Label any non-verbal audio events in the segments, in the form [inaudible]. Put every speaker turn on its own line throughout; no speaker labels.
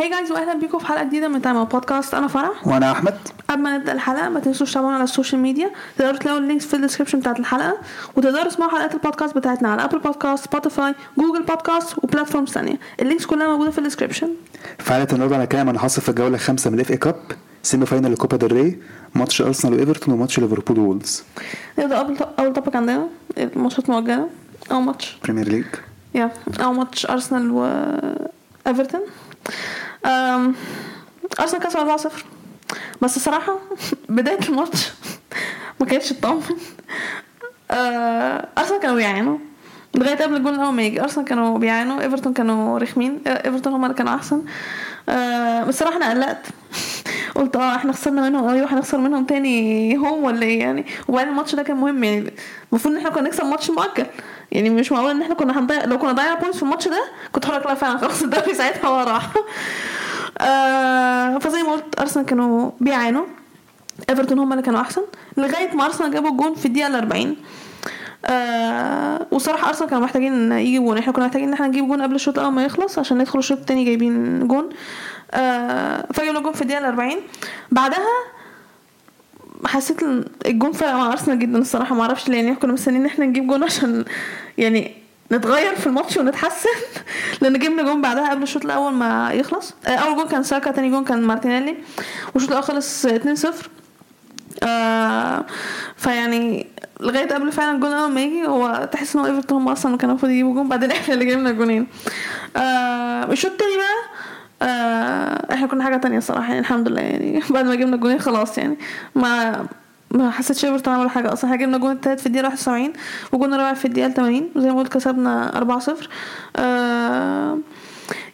هاي جايز واهلا بيكم في حلقه جديده من تايم أوت بودكاست انا فرح
وانا احمد
قبل ما نبدا الحلقه ما تنسوش طبعا على السوشيال ميديا تقدروا تلاقوا اللينكس في الديسكربشن بتاعت الحلقه وتقدروا تسمعوا حلقات البودكاست بتاعتنا على ابل بودكاست سبوتيفاي جوجل بودكاست وبلاتفورمز ثانيه اللينكس كلها موجوده في الديسكربشن
في حلقه النهارده هنتكلم عن حصل في الجوله الخامسه من الاف اي كاب سيمي فاينال لكوبا ديل ري ماتش ارسنال وايفرتون وماتش ليفربول وولز
نبدا اول اول توبك عندنا الماتشات مؤجله اول ماتش
بريمير ليج
يا اول ماتش ارسنال و ايفرتون أم، ارسنال كسب 4-0 بس [laughs] الصراحه بدايه الماتش [laughs] ما كانتش [laughs] تطمن أه، ارسنال كانوا بيعانوا لغايه قبل الجول الاول ما يجي ارسنال كانوا بيعانوا ايفرتون كانوا رخمين إيه، ايفرتون هم اللي كانوا احسن أه، بس الصراحه انا قلقت [laughs] قلت اه احنا خسرنا منهم قوي وهنخسر منهم تاني هوم ولا ايه يعني وبعدين الماتش ده كان مهم يعني المفروض ان احنا كنا نكسب ماتش مؤجل يعني مش معقول ان احنا كنا هنضيع لو كنا ضيعنا بوينتس في الماتش ده كنت هقول لك لا فعلا خلاص الدوري ساعتها هو راح آه، فزي ما قلت ارسنال كانوا بيعانوا ايفرتون هم اللي كانوا احسن لغايه ما ارسنال جابوا الجون في الدقيقه 40 آه وصراحة أرسنال كانوا محتاجين يجيبوا جون احنا كنا محتاجين ان احنا نجيب جون قبل الشوط أول ما يخلص عشان ندخل الشوط التاني جايبين جون آه فجابوا جون في الدقيقة 40 بعدها حسيت إن الجون فرق مع ارسنال جدا الصراحه ما اعرفش ليه يعني إحنا كنا مستنيين ان احنا نجيب جون عشان يعني نتغير في الماتش ونتحسن [laughs] لان جبنا جون بعدها قبل الشوط الاول ما يخلص آه، اول جون كان ساكا تاني جون كان مارتينيلي والشوط الاول خلص 2-0 آه فيعني لغايه قبل فعلا الجون اول ما يجي هو تحس ان هو ايفرتون هم اصلا كانوا المفروض يجيبوا جون بعدين [laughs] احنا اللي جبنا الجونين آه الشوط التاني بقى آه احنا كنا حاجه تانية الصراحه يعني الحمد لله يعني [laughs] بعد ما جبنا الجونين خلاص يعني ما ما حسيتش ايفرتون عمل حاجه اصلا احنا جبنا الجون التالت في الدقيقه 71 والجون الرابع في الدقيقه 80 وزي ما قلت كسبنا 4-0 آه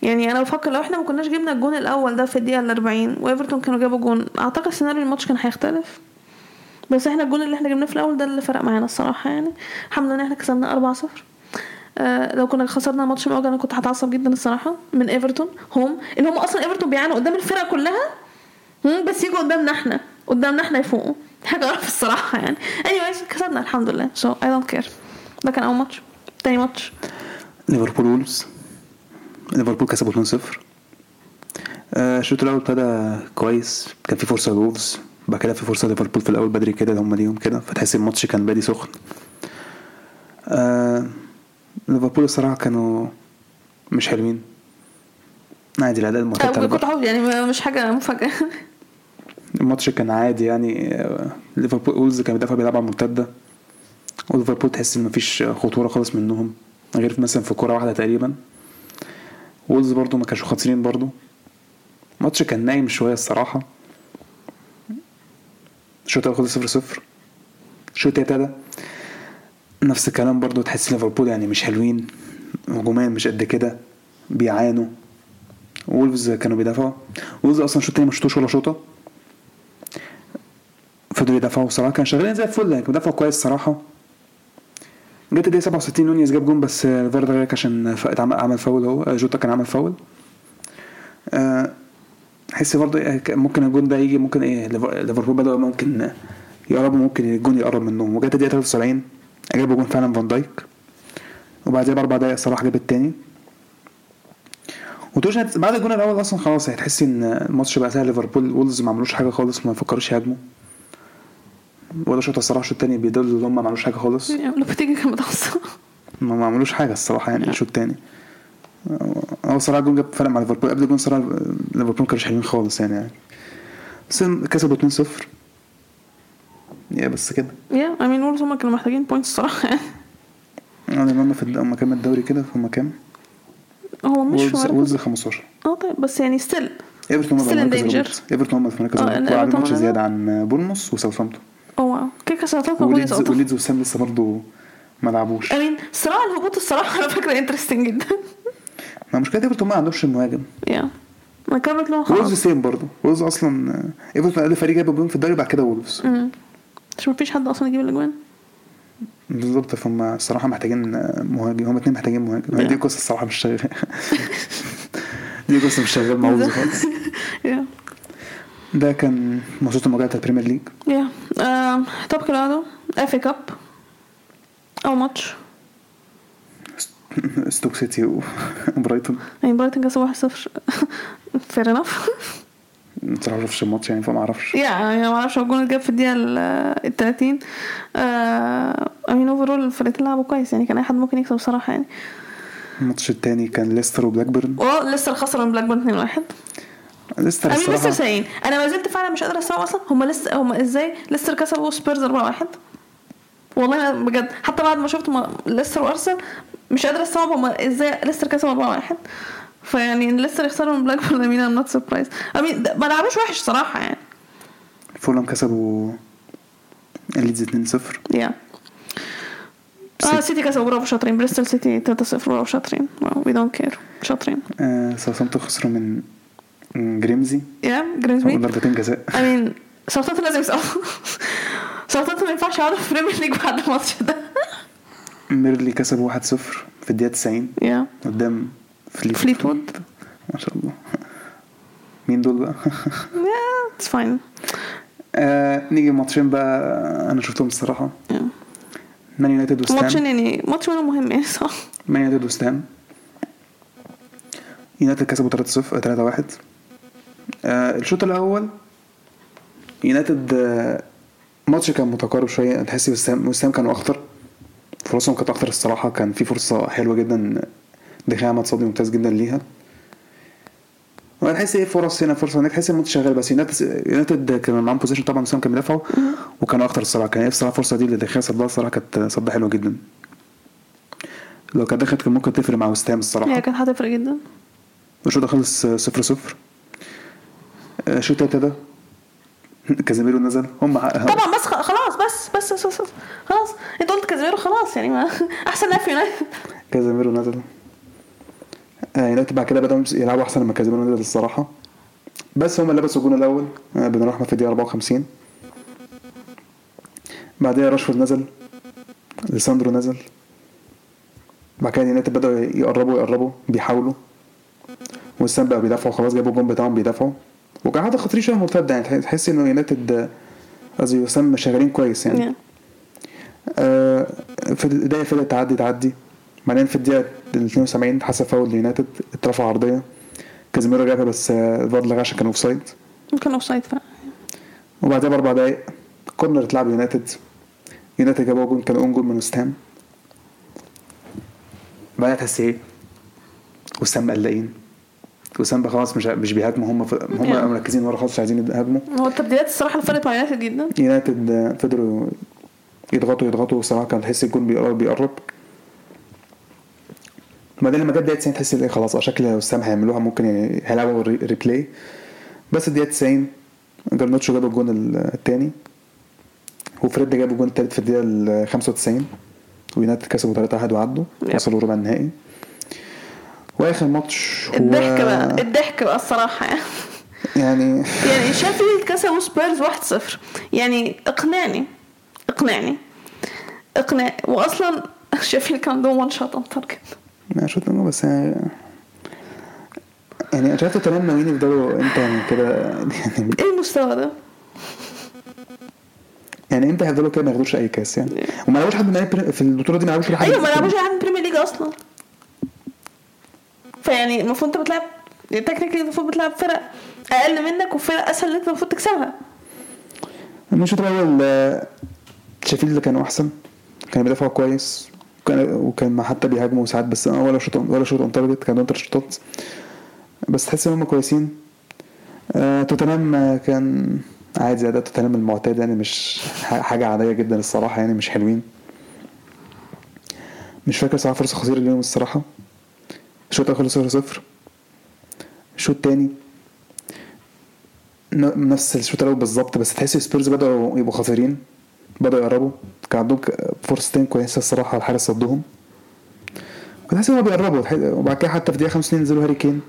يعني انا بفكر لو احنا ما كناش جبنا الجون الاول ده في الدقيقه 40 وايفرتون كانوا جابوا جون اعتقد سيناريو الماتش كان هيختلف بس احنا الجون اللي احنا جبناه في الاول ده اللي فرق معانا الصراحه يعني الحمد لله ان احنا كسبنا 4-0 آه، لو كنا خسرنا ماتش مؤجل انا كنت هتعصب جدا الصراحه من ايفرتون هم ان هم اصلا ايفرتون بيعانوا قدام الفرق كلها هم، بس يجوا قدامنا احنا قدامنا احنا يفوقوا حاجه قرف الصراحه يعني anyways كسبنا الحمد لله so I don't care ده كان اول ماتش تاني ماتش
ليفربول وولز ليفربول كسبوا 2 0 آه، الشوط الاول ابتدى كويس كان في فرصه لولز بعد كده في فرصه ليفربول في الاول بدري كده اللي هم ليهم كده فتحس الماتش كان بادي سخن آه، ليفربول الصراحه كانوا مش حلوين عادي الاداء المعتاد
آه،
على
كنت عاوز يعني ما- مش حاجه مفاجاه
الماتش كان عادي يعني آه، ليفربول وولز كان بيدافع بيلعب على المرتده وليفربول تحس ان مفيش خطوره خالص منهم غير في- مثلا في كوره واحده تقريبا وولز برضو ما كانش خاطرين برضو الماتش كان نايم شويه الصراحه الشوط الاول خلص 0 0 الشوط التاني ابتدى نفس الكلام برضو تحس ليفربول يعني مش حلوين هجوميا مش قد كده بيعانوا وولفز كانوا بيدافعوا وولفز اصلا الشوط التاني ما شوطوش ولا شوطه فضلوا يدافعوا صراحه كان شغالين زي الفل يعني كانوا بيدافعوا كويس صراحه جت الدقيقه 67 نونيز جاب جون بس آه، الفار ده غيرك عشان ف- اتعمل- عمل فاول اهو آه، جوتا كان عمل فاول آه، احس برضه إيه، ك- ممكن الجون ده يجي ممكن ايه ليف- ليفربول بدأوا ممكن آه، يقربوا ممكن الجون يقرب منهم وجت الدقيقه 73 جابوا جون فعلا فان دايك وبعدها باربع دقايق صلاح جاب التاني وتوش بعد الجون الاول اصلا خلاص يعني تحس ان الماتش بقى سهل ليفربول وولز ما عملوش حاجه خالص ما فكروش يهاجموا ولا شوط الصراحه الشوط التاني بيدل ان هم ما عملوش حاجه خالص
لو بتيجي كان متعصب
ما ما عملوش حاجه الصراحه يعني الشوط التاني هو صراحه جون جاب فرق مع ليفربول قبل الجون صراحه ليفربول ما كانوش حلوين خالص يعني يعني بس هم كسبوا 2-0 يا بس كده
يا I mean وولز هم كانوا محتاجين points الصراحه يعني
يعني هم في هم كام الدوري كده هم كام؟
هو مش في
وولز
مركز
وولز 15
اه طيب بس يعني ستيل
ايفرتون هم
Still in
في مركز
danger.
الهبوط ايفرتون هم في مركز
آه،
الهبوط
إن
وعلى
إيفرتون
ماتش
هم-
زياده عن بورنموث وساوثهامبتون
اه واو كده كان ساعتها المفروض
وليدز
يسقطوا
وليدز وسام لسه برضه ما لعبوش
I mean صراع الهبوط الصراحه على فكره انترستنج جدا
ما مشكله ايفرتون ما عندهمش مهاجم
يا ما كملت لهم
وولز
خلاص
سيم برضه وولز اصلا آه، ايفرتون اقل فريق جاب جون في الدوري بعد كده وولفز
مم. مش مفيش حد اصلا يجيب الاجوان
بالظبط فهم الصراحه محتاجين مهاجم هم اتنين محتاجين مهاجم هي دي قصه الصراحه مش شغال دي قصه مش شغال
[laughs]
مع وولز خالص
يا
ده كان ماتشات المواجهه بتاعت البريمير ليج
يا توبك اللي بعده اف كاب اول ماتش
ستوك سيتي و- [laughs] وبرايتون
[laughs] يعني برايتون كسب 1-0 فير [laughs] انف
ما تعرفش الماتش يعني فما اعرفش
يا يعني ما اعرفش هو الجون اتجاب في الدقيقه ال- ال 30 آه امين اوفرول الفريقين لعبوا كويس يعني كان اي حد ممكن يكسب بصراحه يعني
الماتش التاني كان ليستر وبلاك بيرن
اه لسه خسروا من بلاك بيرن 2-1
ليستر
امين لسه
الصراحه
سايقين انا ما زلت فعلا مش قادره استوعب اصلا هم لسه هم ازاي لسه كسبوا سبيرز 4-1 والله أنا بجد حتى بعد ما شفت ما- ليستر وارسنال مش قادره استوعب هم ازاي ليستر كسبوا 4-1 فيعني إن ليستر يخسروا من بلاك بيرن امين ام نوت سربرايز امين ده- ما لعبوش وحش صراحه يعني
فولهام كسبوا الليدز 2-0
يا اه سيتي كسبوا برافو شاطرين بريستول سيتي 3-0 برافو شاطرين واو وي دونت كير شاطرين
آه، ساوثهامبتون خسروا من من جريمزي
يا
هو
جرينزبي
ضربتين جزاء
I mean ساوثهامبتون لازم [laughs] يسقطوا ساوثهامبتون ما ينفعش يقعدوا في بريمير ليج بعد الماتش ده
ميرلي كسبوا 1-0 في الدقيقه 90
يا
قدام فليت
فليت وود
ما شاء الله مين دول بقى؟ [laughs]
يا اتس فاين
آه نيجي ماتشين بقى انا شفتهم الصراحه مان يونايتد
ماتشين
وستام
يعني ماتش منهم مهم يعني صح
مان يونايتد وستام يونايتد كسبوا 3-0 3-1 آه الشوط الاول يونايتد آه، ماتش كان متقارب شويه تحس وستام وستام كانوا اخطر فرصهم كانت اخطر الصراحه كان في فرصه حلوه جدا دخيا عمل صدي ممتاز جدا ليها وانا تحس ايه فرص هنا فرصه هناك تحس الماتش شغال بس يونايتد يونايتد كان معاهم بوزيشن طبعا وسام كان بيدافعوا وكانوا اخطر الصراحه كان نفسي الصراحه الفرصه دي اللي دخيا صدها الصراحه كانت صد حلوه جدا لو كانت دخلت كان ممكن تفرق مع وستام الصراحه
هي كانت هتفرق جدا
الشوط ده خلص آه، 0 0 الشوط التالت ده [laughs] كازيميرو نزل هم
طبعا بس خ- خلاص بس بس بس, بس, بس خلاص انت قلت كازيميرو خلاص يعني ما [laughs] احسن لاعب في يونايتد
كازيميرو نزل آه، يونايتد بعد كده بدأوا يلعبوا احسن لما كازيميرو نزل الصراحه بس هم اللي لبسوا الجون الاول آه، بن رحمه في الدقيقه 54 بعدها راشفورد نزل ليساندرو نزل بعد كده يونايتد بدأوا يقربوا يقربوا بيحاولوا وسام بقى بيدافعوا خلاص جابوا الجون بتاعهم بيدافعوا وكان حتى خطير شويه مرتده يعني تح- تحس انه يونايتد آه، قصدي وسام شغالين كويس يعني
يا.
آه، في البدايه فضل تعدي تعدي بعدين في الدقيقه ال 72 اتحسب فاول ليونايتد اترفع عرضيه كازيميرو جابها بس آه، الفار لغاها عشان كان اوف سايد
ممكن اوف سايد فعلا
وبعدها باربع دقايق كورنر اتلعب يونايتد يونايتد جابوا جون كان اون جول من وستام بعدها تحس ايه وسام قلقين وسام بقى خلاص مش مش بيهاجموا هم في-
Yeah.
هم مركزين ورا خالص مش عايزين يهاجموا
هو التبديلات الصراحه اللي فرقت مع يونايتد جدا
يونايتد آه، فضلوا يضغطوا يضغطوا والصراحه كان تحس الجون بيقرب بيقرب بعدين لما جت دقيقة 90 تحس إن إيه خلاص اه شكل وسام هيعملوها ممكن يعني هيلعبوا الري- ريبلاي بس الدقيقة 90 جرناتشو جاب الجون ال- التاني وفريد جاب الجون التالت في الدقيقة ال 95 ويونايتد كسبوا 3-1 وعدوا
يب.
وصلوا ربع النهائي واخر ماتش هو
الضحك بقى الضحك بقى الصراحه يعني
يعني
يعني شافيلد كسبوا سبيرز 1-0 يعني اقنعني اقنعني اقنع [laughs] واصلا شافيلد كان عندهم وان شوت اون تارجت
ما شوت منه بس يعني يعني انا شايف تمام ناويين يفضلوا امتى يعني كده [laughs] يعني
ايه المستوى ده؟
يعني امتى هيفضلوا كده ما ياخدوش اي كاس يعني وما لعبوش حد من أي بري- في البطوله دي ما لعبوش ولا حد
ايوه ما لعبوش اي حد من بريمير ليج اصلا فيعني المفروض انت بتلعب تكنيكلي المفروض بتلعب فرق اقل منك وفرق اسهل ان انت المفروض تكسبها [laughs]
من الشوط الاول آه، شeffield اللي كانوا احسن كانوا بيدافعوا كويس وكان وكان ما حتى بيهاجموا ساعات بس آه، ولا شوط ولا شوط اون تارجت كان ثلاث شوطات بس تحس ان هم كويسين آه، توتنهام آه، كان عادي اداء توتنهام المعتاد يعني مش ح- حاجه عاديه جدا الصراحه يعني مش حلوين مش فاكر صراحه فرصه خطيره ليهم الصراحه الشوط الاول خلص 0 0 الشوط الثاني ن- نفس الشوط الاول بالظبط بس تحس سبيرز بداوا يبقوا خطيرين بداوا يقربوا كان عندهم ك- فرصتين كويسه الصراحه الحارس صدهم بتحس ان هم بيقربوا تح- وبعد كده حتى في دقيقه 50 نزلوا هاري كين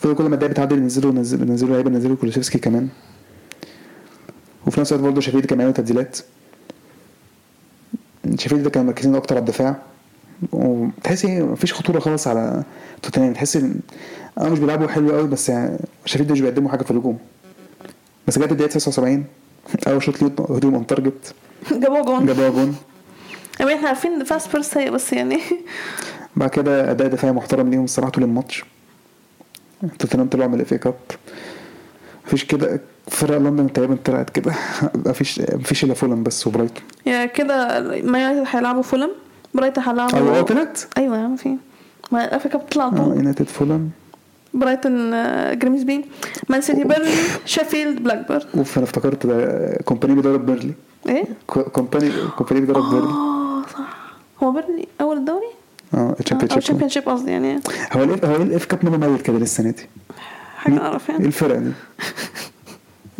فضلوا كل ما الدقيقه بتعدي ينزلوا ينزلوا ينزلوا لعيبه ينزلوا كولوسيفسكي كمان وفي نفس الوقت برضه شفيد كان عامل تبديلات شفيد ده كان مركزين اكتر على الدفاع وتحس ايه مفيش خطوره خالص على توتنهام تحس ان اه مش بيلعبوا حلو قوي بس يعني شفيد ده مش بيقدموا حاجه في الهجوم بس جت الدقيقه 79 اول شوط ليه هجوم اون تارجت
جابوها جون
جابوها جون
يعني احنا عارفين دفاع سبيرز سيء بس يعني [laughs]
بعد كده اداء دفاعي محترم ليهم الصراحه طول الماتش توتنهام طلعوا من الاف اي كاب مفيش كده فرق لندن تقريبا طلعت كده [laughs] مفيش مفيش الا فولم بس وبرايتون
يا يعني كده ما يونايتد هيلعبوا فولم برايتون هيلعبوا
ايوه طلعت
ايوه يا عم في ما الافريكا بتطلع
اه
طول
يونايتد فولم
برايتون آه، جريمز بي مان سيتي بيرلي شيفيلد بلاك بيرد
اوف انا افتكرت ده كومباني بيدرب بيرلي
ايه
كو- كومباني كومباني بيدرب بيرلي
اه صح هو بيرلي اول الدوري
اه
آه، او
الشامبيون
تشامبيون شيب قصدي يعني
هو ال هو الاف كاب مميز كده للسنه دي
حاجه اعرف
ايه
يعني
الفرق
[laughs]
دي؟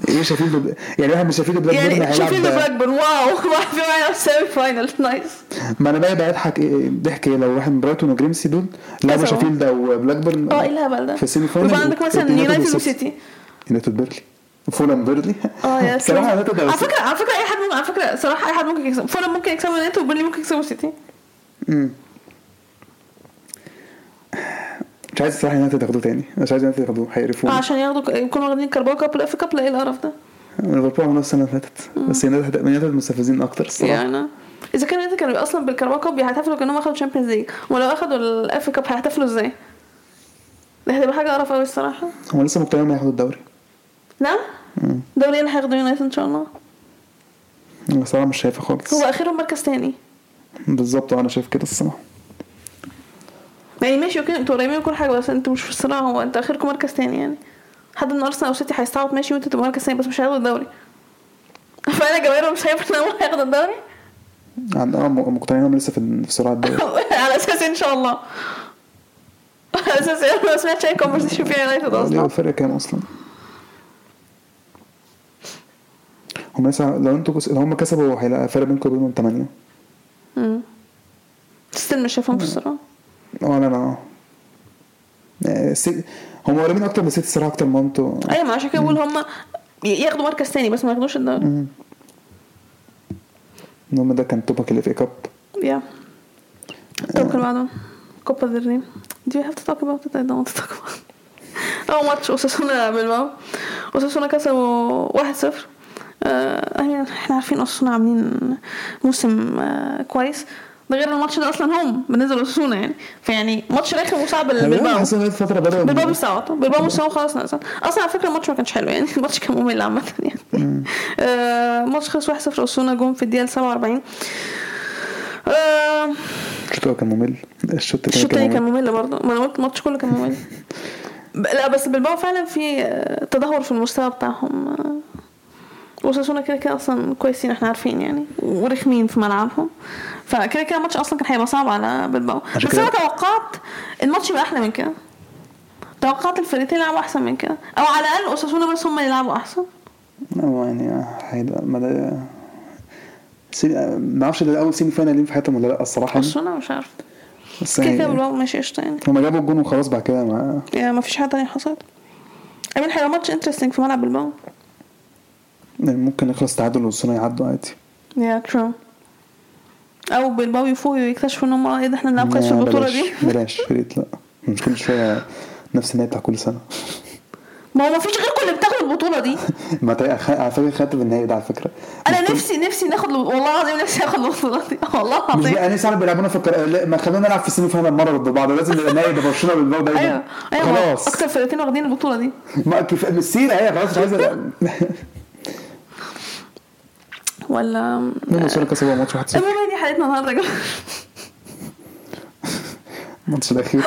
ايه شايفين يعني واحد مش شايفين بلاك بيرن
يعني شيفيلد
هيلعب
بلاك بيرد واو [laughs] واحد في معانا في سيمي فاينل نايس
ما انا بقى بضحك إيه- ضحك ايه لو واحد من برايتون وجريمسي دول لعبوا
كسبوا.
شايفين ده وبلاك بيرن
اه ايه الهبل ده
في السيمي فاينل
ويبقى عندك مثلا
ويونايتد
يونايتد
والسيتي.
وسيتي
يونايتد بيرلي فولان بيرلي [laughs]
اه يا سلام
صراحه
على
يونايتد أو
فكره على فكره اي حد ممكن على فكره صراحه اي حد ممكن يكسب فولم ممكن يكسب يونايتد وبيرلي ممكن يكسبوا سيتي
مم. مش عايز الصراحه يونايتد ياخدوه تاني مش عايز يونايتد ياخدوه
آه،
هيقرفوه
عشان ياخدوا يكونوا واخدين كارباو كاب والاف كاب لا ايه القرف ده
ليفربول عملوها السنه اللي فاتت بس يونايتد يونايتد مستفزين اكتر الصراحه
يعني اذا كان يونايتد كانوا اصلا بالكارباو كاب هيحتفلوا كانهم اخدوا الشامبيونز ليج ولو اخدوا الاف كاب هيحتفلوا ازاي؟ ده هتبقى حاجه قرف قوي الصراحه
هم لسه مقتنعين إنهم هياخدوا الدوري
لا
مم.
دوري إيه اللي هياخدوا يونايتد ان شاء الله
انا الصراحه مش شايفه خالص
هو اخرهم مركز تاني
بالظبط انا شايف كده الصراحه
يعني ماشي اوكي انتوا قريبين من كل حاجه بس انتوا مش في الصراع هو انت اخركم مركز تاني يعني حد من ارسنال او سيتي هيستعوض ماشي وانتوا تبقوا مركز تاني بس مش هياخدوا الدوري [laughs] فانا جماهيرهم شايف ان هو هياخد الدوري [laughs]
عند اه م- مقتنعين إنهم لسه في في صراع الدوري
على اساس إيه ان شاء الله [laughs] على اساس إيه؟ انا ما سمعتش اي كونفرسيشن فيها يونايتد
ليه
اصلا
الفرق كام اصلا هم لسه لو انتوا كس... لو هم كسبوا هيلاقي فرق بينكم وبينهم 8
ستيل مش شايفهم في الصراع
اه لا لا آه، سي... هم قريبين اكتر من ست صراع اكتر ما انتوا
ايوه ما عشان كده بقول هم ياخدوا مركز تاني بس ما ياخدوش الدوري
مم. المهم ده كان توبك اللي في كاب
يا توك اللي بعده كوبا دري Do you have to talk about it? I don't want to talk about it. [laughs] أول ماتش أوساسونا بالباو أوساسونا كسبوا 1-0 آه، I mean، احنا عارفين أوساسونا عاملين موسم آه، كويس ده غير الماتش ده أصلا هم بالنسبة لأوساسونا يعني فيعني ماتش رخم وصعب للبلباو
حاسس ان بقالي فتره بدأوا
آه، بالباو بيستعبطوا بالباو مستوى خلاص نقصان اصلا على فكره الماتش ما كانش حلو يعني [laughs] الماتش كان ممل عامه يعني آه، الماتش خلص 1-0 اوسونا جون في الدقيقه 47 آه،
الشوط الأول كان ممل الشوط
الشوط
الثاني
التاني
كان
كان
ممل
ممل برضه ما انا قلت الماتش كله كان ممل ب- لا بس بالباو فعلا في آه، تدهور في المستوى بتاعهم آه، وساسونا كده كده اصلا كويسين احنا عارفين يعني ورخمين في ملعبهم فكده كده الماتش اصلا كان هيبقى صعب على بالباو
عشان
بس
كده-
انا توقعت الماتش يبقى احلى من كده توقعت الفرقتين يلعبوا احسن من كده او على الاقل اساسونا بس هم اللي يلعبوا احسن
اه يعني آه، هيبقى ما ده سيمي... آه، ما اعرفش ده اول سيمي فاينل ليهم في حياتهم ولا لا الصراحه
اساسونا مش عارف
بس
كده كده
يعني
بالباو ماشي قشطه يعني
هما جابوا الجون وخلاص بعد كده ما
يعني مفيش حاجه تانية حصلت امين هيبقى ماتش انترستنج في ملعب بالباو
يعني ممكن يخلص تعادل والصناعي يعدوا عادي
يا ترو او بالباو يفوقوا ويكتشفوا ان هم ايه ده احنا بنلعب كويس في
لا،
البطوله
بلاش-
دي [laughs]
بلاش يا ريت لا مش كل شويه نفس النهايه بتاع كل سنه
ما هو مفيش غيركم اللي بتاخدوا البطوله دي
ما تق- خ- على فكره خدت بالنهايه ده على فكره
انا نفسي نفسي ناخد والله العظيم نفسي اخد البطوله دي [laughs] والله
مش
العظيم
بقى انا صعب بيلعبونا في الكر... لا، ما خلونا نلعب في السيمي فاينل مره ضد بعض لازم نبقى نهائي ده برشلونه بالباو دايما
ايوه ايوه
خلاص
اكتر فرقتين واخدين البطوله دي
ما كيف مش سيره هي خلاص مش عايزه [laughs]
ولا آه،
مين وصلنا كسبوا ماتش 1-0
المهم هي دي حلقتنا النهارده يا [laughs] جماعه
الماتش الاخير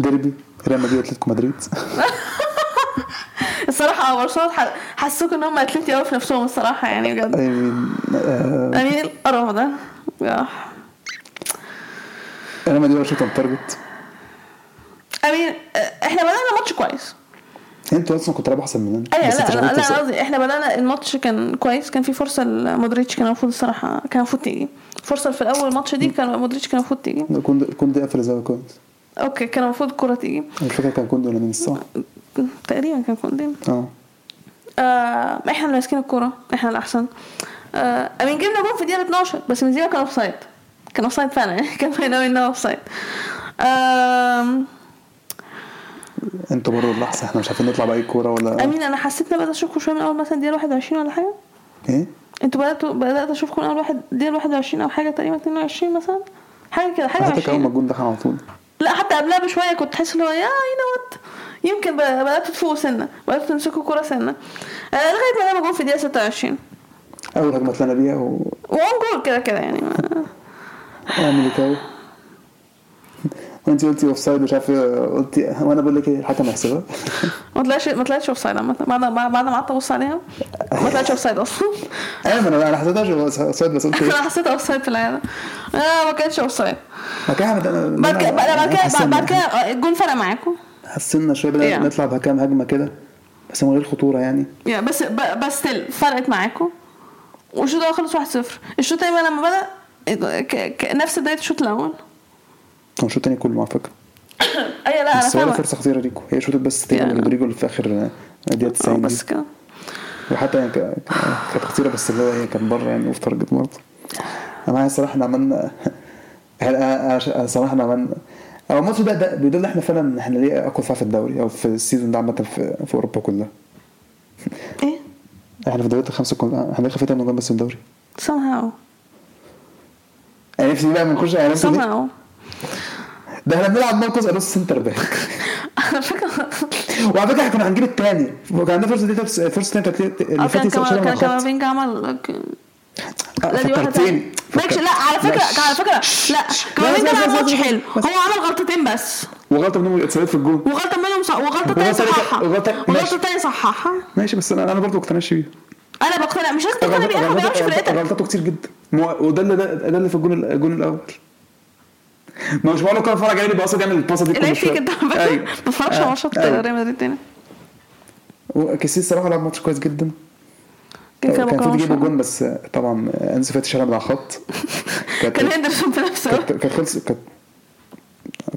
ديربي ريال مدريد اتلتيكو مدريد
الصراحه برشلونه آه، ح- حسوك ان هم اتلتي قوي في نفسهم الصراحه يعني بجد
اي مين آه،
امين القرف ده آه.
ريال مدريد شوط اون تارجت
امين آه، احنا بدانا ماتش كويس
انتوا اصلا كنتوا لعبوا احسن مننا
ايوه
بس
لا
انتوا
لا
شغالين
لا
تكسبوا.
قصدي احنا بدانا الماتش كان كويس كان في فرصه لمودريتش كان المفروض الصراحه كان المفروض تيجي فرصه في الاول الماتش دي كان مودريتش كان المفروض تيجي
كوندي كوندي قفل زي ما كنت
اوكي كان المفروض الكره تيجي
الفكره كان كوندي ولا مين الصح
تقريبا كان كوندي
اه
آه احنا اللي ماسكين الكره احنا الاحسن آه امين جبنا جون في الدقيقه 12 بس من كان اوف سايد كان اوف سايد فعلا يعني كان [laughs] باين قوي ان هو اوف سايد
انتوا بره الاحسن احنا مش عارفين نطلع باي كوره ولا
امين انا حسيت ان بدات اشوفكم شويه من اول مثلا دقيقه 21 ولا حاجه
ايه
انتوا بداتوا بدات اشوفكم اول واحد دي 21 او حاجه تقريبا 22 مثلا حاجه كده حاجه
حتى كان
20
ما الجون دخل على طول
لا لا حتى قبلها بشويه كنت حاسس ان هو يا يو وات يمكن ب- بدات تفوق سنه بدات تمسكوا كوره سنه آه، لغايه ما جابوا جون في الدقيقه 26
اول هجمه طلعنا بيها و-
وان جول كده كده يعني ما-
واعمل كاو وانت قلتي اوف سايد مش عارف إيه، قلتي وانا بقول لك ايه الحكم
[laughs]
هيحسبها
ما طلعش ما طلعتش اوف سايد عامه بعد ما- بعد ما قعدت ابص عليها ما طلعتش اوف سايد
[laughs]
اصلا
ايوه انا انا حسيتهاش اوف سايد بس قلت إيه،
[laughs] انا حسيت اوف سايد في العيادة آه ما كانتش اوف سايد
بعد كده عملت- أنا-
بعد كده
أنا
بعد كده
حسنا-
بعد كده آه، الجون فرق معاكم
حسنا شويه بدأنا
Yeah.
نطلع بكام هجمه كده بس من غير خطوره يعني
يعني بس ب- بس still فرقت معاكم والشوط الاول خلص 1-0 الشوط الثاني بقى لما بدا ك- ك- نفس بدايه الشوط الاول
كان الشوط التاني كله على فكره
ايوه لا انا
بس ولا
فاهمه
فرصه خطيره ليكو هي شوطت بس تاني
Yeah.
من رودريجو اللي في اخر دقيقه
آه،
90 دي.
بس كده
وحتى يعني ك- كانت خطيره بس اللي هو هي كانت بره يعني اوف تارجت برضه انا معايا الصراحه احنا [laughs] عملنا الصراحه احنا عملنا او الماتش ده, ده بيدل احنا فعلا احنا ليه اقوى دفاع في الدوري او في السيزون ده عامه في, في اوروبا كلها
ايه
احنا في دوري الخمسه كلها احنا داخل في تاني مجال بس في الدوري
somehow
انا نفسي بقى ما نخش انا نفسي دي-
somehow [laughs]
ده احنا بنلعب مركز نص سنتر باك [laughs]
على فكره
وعلى فكره احنا كنا هنجيب الثاني وكان عندنا فرصه دي تبس- فرصه تانية كانت- اللي
آه، كان
فاتت
كما-
شالها من
كان
الخط
كامافينجا عمل
آه،
لا دي واحده
فكرتني
تانية مالكش لا على فكره على فكره لا
لا،
كامافينجا
لا،
عمل
لا،
ماتش
لا، لا،
حلو
بس.
هو عمل غلطتين بس
وغلطه منهم اتصلت في الجون
وغلطه منهم صح وغلطه تانية
وغلطة-
صححها
وغلطة- ماشي.
وغلطه تانية صححها
ماشي بس انا انا برضه ما اقتنعش بيه
انا بقتنع مش لازم تقتنع بيه انا ما بيعرفش
غلطاته-
فرقتك
غلطاته كتير جدا مو- وده اللي ده, ده اللي في الجون ال- الجون الاول ما مش بقول لك اتفرج عليه باصه دي يعمل الباصه دي كل
لعيب فيك
شوية.
انت
ايوه
إيه، ما بتفرجش على ماتشات
أيوة.
ريال مدريد تاني
وكاسيه الصراحه لعب ماتش كويس جدا
كان
كان
فيها
المفروض يجيب
بكره
الجون بس طبعا انسو فاتي شالها من
[laughs]
على الخط
كان
كانت
هندرسون في نفسه
كانت كانت خلص كانت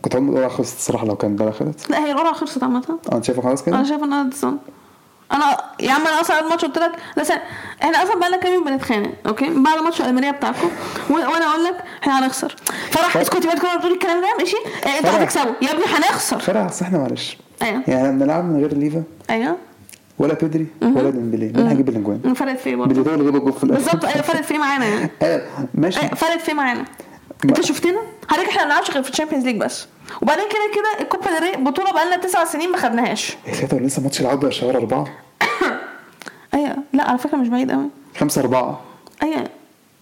كنت عمري اقول خلصت الصراحه لو كان ده خلصت
لا هي القرعه خلصت عامه
انا شايفه خلاص
انا
كده
شايفه ان هندرسون انا يا عم انا اصلا قبل الماتش قلت لك لا سنة. احنا اصلا بقالنا كام يوم بنتخانق اوكي بعد ماتش المانيا بتاعكم و- وانا اقول لك احنا هنخسر فرح
فرح.
اسكتي بقى كده بتقولي الكلام ده ماشي آه، انتوا
طيب. فرح.
هتكسبوا يا ابني هنخسر
فرع اصل احنا معلش
ايوه
يعني احنا بنلعب من غير ليفا
ايوه
ولا بيدري ولا ديمبلي مين هيجيب الاجوان؟
فرقت في ايه برضه
بيدري هو اللي جاب الجول في الاخر
بالظبط ايوه فرقت في ايه معانا يعني
[laughs] آه، ماشي
إيه، فرقت في إيه معانا انت شفتنا حضرتك احنا ما بنلعبش غير في الشامبيونز ليج بس وبعدين كده كده الكوبا ديل ري بطوله بقالنا تسع سنين ما خدناهاش
إيه، ثلاثة لسه ماتش العودة يا شهر أربعة
ايوه لا على فكره مش بعيد قوي
خمسة أربعة
ايوه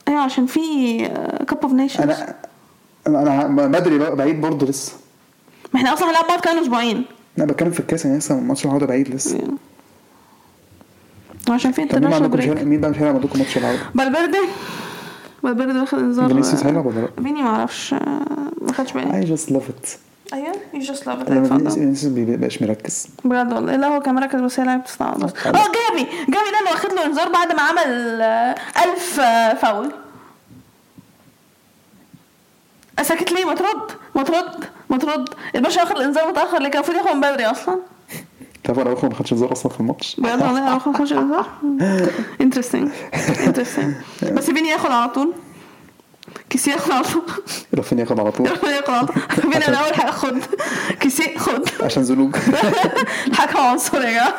ايوه عشان في آه، كاب اوف نيشنز
أنا أنا أنا ما- بدري بقى- بعيد برضه لسه
ما احنا اصلا هنلعب بعض كمان اسبوعين
أنا بتكلم في الكاس يعني لسه ماتش العودة بعيد لسه
عشان في
طب مين ما
انترناشونال
عندكم مش
بريك
هيلعب- مين بقى مش هيلعب عندكم ماتش العودة؟
فالفيردي فالفيردي واخد انذار
فينيسيوس هيلعب ولا لأ؟
فيني ما اعرفش ما خدش بالي
I just love it
ايوه يو جاست لاف
أنا فينيسيوس فينيسيوس ما بيبقاش مركز
بجد والله لا هو كان مركز بس هي لعبت تسعة ونص
أه.
اه جابي جابي ده اللي واخد له انذار بعد ما عمل آه، ألف آه، فاول آه، ساكت ليه ما ترد ما ترد ما ترد الباشا واخد الانذار متاخر ليه كان المفروض ياخد من بدري اصلا
تعرف أراوخو ما خدش انذار أصلا
[laughs]
في الماتش
بجد والله انا واخد خش الانذار انترستنج انترستنج بس فيني ياخد على طول كيسي ياخد على طول [laughs]
رافينيا ياخد على طول
ربنا ياخد على طول فيني انا اول حاجه خد كيسي خد
عشان زلوج
[laughs]
[laughs]
الحكم عنصري يا جماعه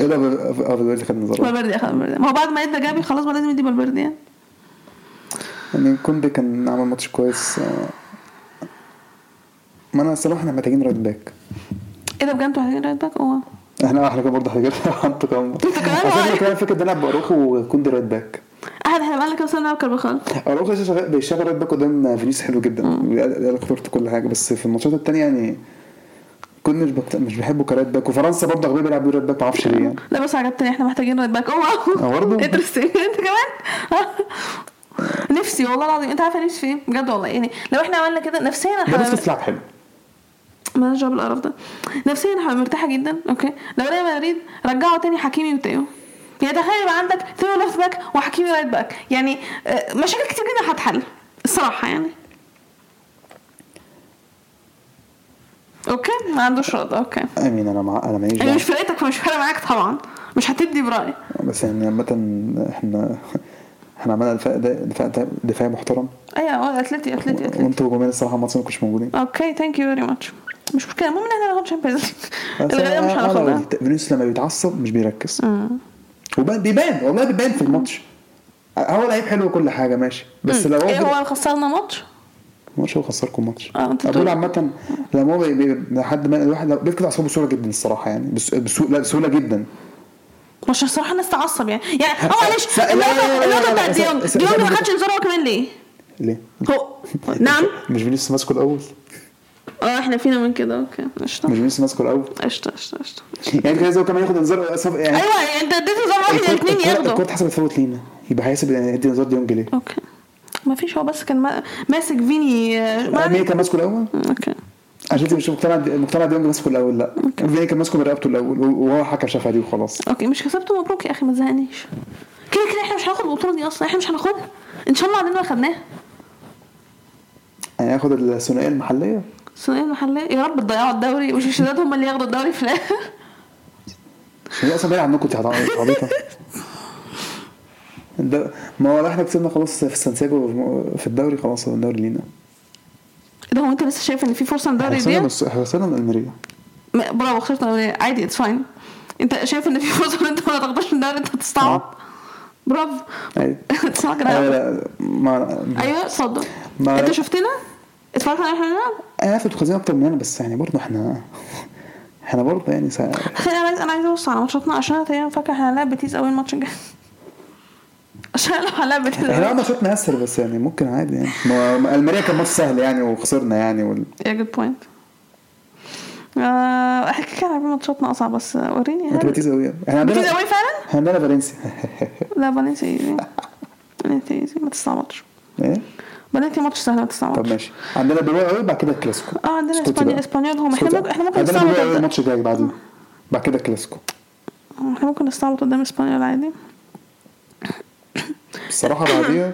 إيه ده فالفيردي خد انذار
فالفيردي اخد فالفيردي ما هو بعد ما يدى جابي خلاص بقى لازم يدي فالفيردي يعني
يعني كوندي كان عمل ماتش كويس آه. ما أنا الصراحة إحنا محتاجين رايت باك
ايه ده بجد انتوا محتاجين رايت باك اوه
احنا احنا كمان برضه حاجات [laughs] انتوا كمان
انتوا كمان
على فكرة
وعليك.
كمان فكرة ده انا باروخو وكوندي رايت باك
احنا احنا بقالنا كام سنه بنلعب كارباخال
اراوخو لسه شغال بيشتغل رايت باك قدام فينيسيوس حلو يعني جدا بيقلق خطورته كل حاجه بس في الماتشات التانية يعني كنت مش بكت... مش بحبه كرايت باك وفرنسا برضه اغلبيه بيلعب بيه رايت باك معرفش ليه يعني
لا بس عجبتني احنا محتاجين رايت باك اوه
آه، برضه؟
[laughs] انترستنج انت كمان [laughs] نفسي والله العظيم انت عارفه نفسي ايه بجد والله يعني لو احنا عملنا كده نفسيا
ده
احنا
بس تلعب حلو
مالناش دعوه بالقرف ده نفسيا هبقى مرتاحه جدا اوكي لو ريال مدريد رجعوا تاني حكيمي وتيو يعني تخيل يبقى عندك تيو ليفت باك وحكيمي رايت باك يعني آه، مشاكل كتير جدا هتحل الصراحه يعني اوكي ما عندوش رد اوكي
امين انا مع انا ماليش
يعني مش
دعوه
فرقتك فمش فارقه معاك طبعا مش هتدي برأي
بس يعني عامه احنا احنا عملنا دفاع دفاع دفاع محترم
ايوه اه اتلتي اتلتي اتلتي
وانتوا جمال الصراحه الماتش ما كنتش موجودين
اوكي ثانك يو فيري ماتش مش مشكله المهم ان احنا هناخد شامبيونز
بس
الغالبيه مش آه.
أنا- أنا
هناخدها
قلت فينيسيوس لما بيتعصب مش بيركز وبان بيبان والله بيبان في الماتش هو لعيب حلو وكل حاجه ماشي بس لو
ايه
هو
هو خسرنا ماتش
الماتش هو خسركم الماتش
آه، أنت
ابولا
بتقول-
عامة لما هو بي- بي- لحد ما الواحد بيفقد اعصابه بسهولة جدا الصراحة يعني بس- بسهو- لا، بسهولة جدا
مش الصراحه الناس تعصب يعني يعني اه معلش
س- لا، لا، لا، لا،
اللقطه
لا،
اللقطه
لا،
بتاعت
س-
ديونج
س-
ديونج ما
س-
خدش انذار هو كمان ليه؟
ليه؟
هو نعم
[laughs] مش فينيسيوس ماسكه الاول
اه احنا فينا من كده اوكي
مش
قشطه
فينيسيوس ماسكه الاول
قشطه قشطه قشطه
يعني كان عايز هو كمان ياخد انذار صف- يعني
ايوه يعني انت اديت انذار واحد
الكرة-
الاثنين
الكرة-
ياخدوا
الكرة اتحسبت فوت لينا يبقى هيحسب ادي انذار ديونج ليه؟
اوكي ما فيش هو بس كان ما- ماسك فيني آه، ما
مين كان ماسكه الاول؟
اوكي
عشان انت مش مقتنع مقتنع ديونج ماسكه الاول لا فيني كان ماسكه من رقبته الاول وهو حكم شافها دي وخلاص
اوكي مش كسبته مبروك يا اخي ما تزهقنيش كده كده احنا مش هناخد البطوله دي اصلا احنا مش هناخدها ان شاء الله عمرنا ما خدناها
يعني هياخد الثنائيه المحليه
الثنائيه المحليه إيه يا رب تضيعوا الدوري والشاشات هم اللي ياخدوا الدوري في [laughs] إيه الاخر
هي اصلا بعيد عنكم انت عبيطه ده ما هو احنا كسبنا خلاص في سانسياجو في الدوري خلاص هو الدوري لينا
ده هو انت لسه شايف ان في فرصه للدوري
خسرنا
دي
من خسرنا من الميريا
م- برافو خسرت أنا عادي اتس فاين انت شايف ان في [laughs] فرصه ان انت ما تاخدش الدوري انت تستعبط برافو
ايوه
[laughs] تسمع
ايوه
كده
لا ما
ايوه اتفضل
ما-
انت شفتنا اتفرجت على احنا بنلعب
انا عارف انتوا خسرنا اكتر مننا بس يعني برضه احنا احنا برضه يعني سا...
خلي انا عايز انا عايزه ابص على ماتشاتنا عشان انا تقريبا فاكره احنا هنلعب بيتيس اول ماتش الجاي [laughs] عشان لو هنلعب بيتيس
احنا لعبنا شوط مقسر بس يعني ممكن عادي يعني ما هو الميريا كان ماتش سهل يعني وخسرنا يعني وال...
يا جود بوينت احنا آه، كده كده عارفين ماتشاتنا اصعب بس وريني
انت بتيز قوي يعني. احنا عندنا
بيتيس قوي فعلا؟
احنا عندنا فالنسيا [laughs]
لا فالنسيا ايزي فالنسيا ايزي ما تستعبطش
ايه
فالنسيا ماتش سهل ما
طب
تستعبطش
ماشي عندنا بيرو قوي بعد كده الكلاسيكو
اه عندنا
اسكتي
اسبانيول
بقى.
اسبانيول هم احنا
اسكتي.
ممكن احنا ممكن
عندنا
نستعبط
بيرو قوي
قدام-
الماتش الجاي بعدين بعد كده الكلاسيكو
احنا ممكن نستعبط قدام اسبانيول عادي [laughs]
الصراحه بعديها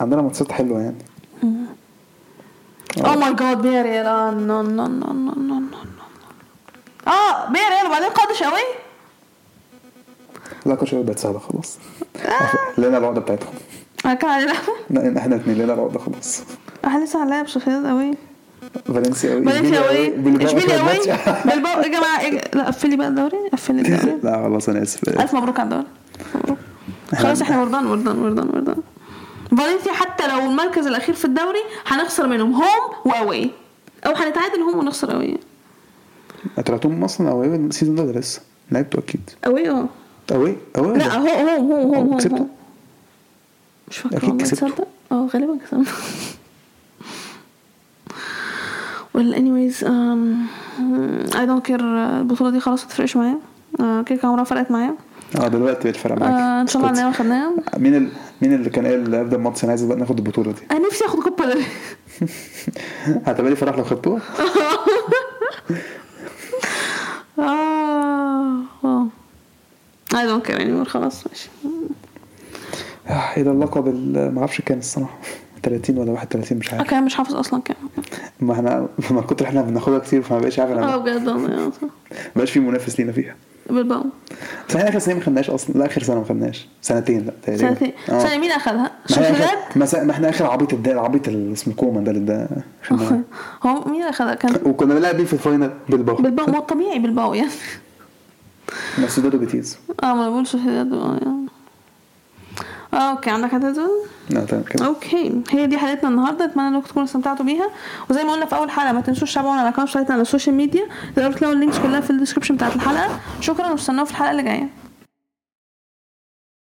عندنا ماتشات حلوه يعني آه.
او ماي جاد بيا ريال اه نو نو نو نو نو نو اه بيا ريال وبعدين قادش قوي
لا كل شويه بقت سهله
[laughs]
خلاص لنا العقده بتاعتهم
انا كان علينا
لأن احنا الاثنين لنا العقده خلاص
احنا لسه هنلاعب سوسيداد قوي
فالنسيا قوي
فالنسيا قوي
بالباو
اشبيليا
آخر
قوي
ماتش. [laughs]
بالباو يا جماعه إج- لا قفلي بقى الدوري قفلي الدوري
لا خلاص انا اسف
الف مبروك على
[laughs]
الدوري ألف مبروك. خلاص احنا وردان وردان وردان وردان فالنسيا حتى لو المركز الاخير في الدوري هنخسر منهم هوم واوي او هنتعادل هوم ونخسر اوي
هتلعبتهم اصلا او إيه، السيزون ده ولا لسه لعبته اكيد
اوي اه
اوي اوي
لا هوم هوم هوم هوم هوم
كسبته؟
هوم مش فاكره
أكيد
والله
كسبته.
تصدق اه غالبا كسبنا well anyways um, I don't care البطولة دي خلاص متفرقش معايا آه، كده كده عمرها فرقت معايا
اه دلوقتي بقت فرقه معاك
آه، ان شاء الله
اسكتي.
ان ما خدناها
مين ال... مين اللي كان قال ابدا ماتش انا عايز بقى ناخد البطوله دي [laughs]
انا نفسي اخد كوبا ديل ري.
هتبقى لي فرح لو خدتوها
اه [laughs] آه. I don't care anymore خلاص ماشي
آه، الى اللقب ال- ما اعرفش كام الصراحه 30 ولا 31 مش عارف
اوكي أنا مش حافظ اصلا كام
[laughs] ما احنا من كتر احنا بناخدها كتير فما بقاش عارف
اه
انا
بجد
[laughs]
والله
ما بقاش في منافس لينا فيها
بالباو
بس احنا اخر سنه ما خدناش اصلا لا اخر سنه ما خدناش سنتين لا تقريبا
سنتين
آه.
سنة مين اخدها؟
ما احنا
شوفيداد
آخر- ما س- ما احنا اخر عبيط الد- العبيط اللي اسمه كومان ده اللي ده
آه.
خدناه.
[laughs] هو مين اللي اخدها كان
وكنا بنلعب مين في الفاينل بالباو
بالباو ما هو طبيعي بالباو يعني [laughs]
نفس ده بيتيز
اه ما انا بقول سوسيداد اه يعني آه، اوكي عندك هتنزل
لا تمام كده
اوكي هي دي حلقتنا النهارده اتمنى انكم تكونوا استمتعتوا بيها وزي ما قلنا في اول حلقه ما تنسوش تتابعونا على الاكونت بتاعتنا على السوشيال ميديا تقدروا تلاقوا اللينكس كلها في الديسكربشن بتاعت الحلقه شكرا واستنونا في الحلقه اللي جايه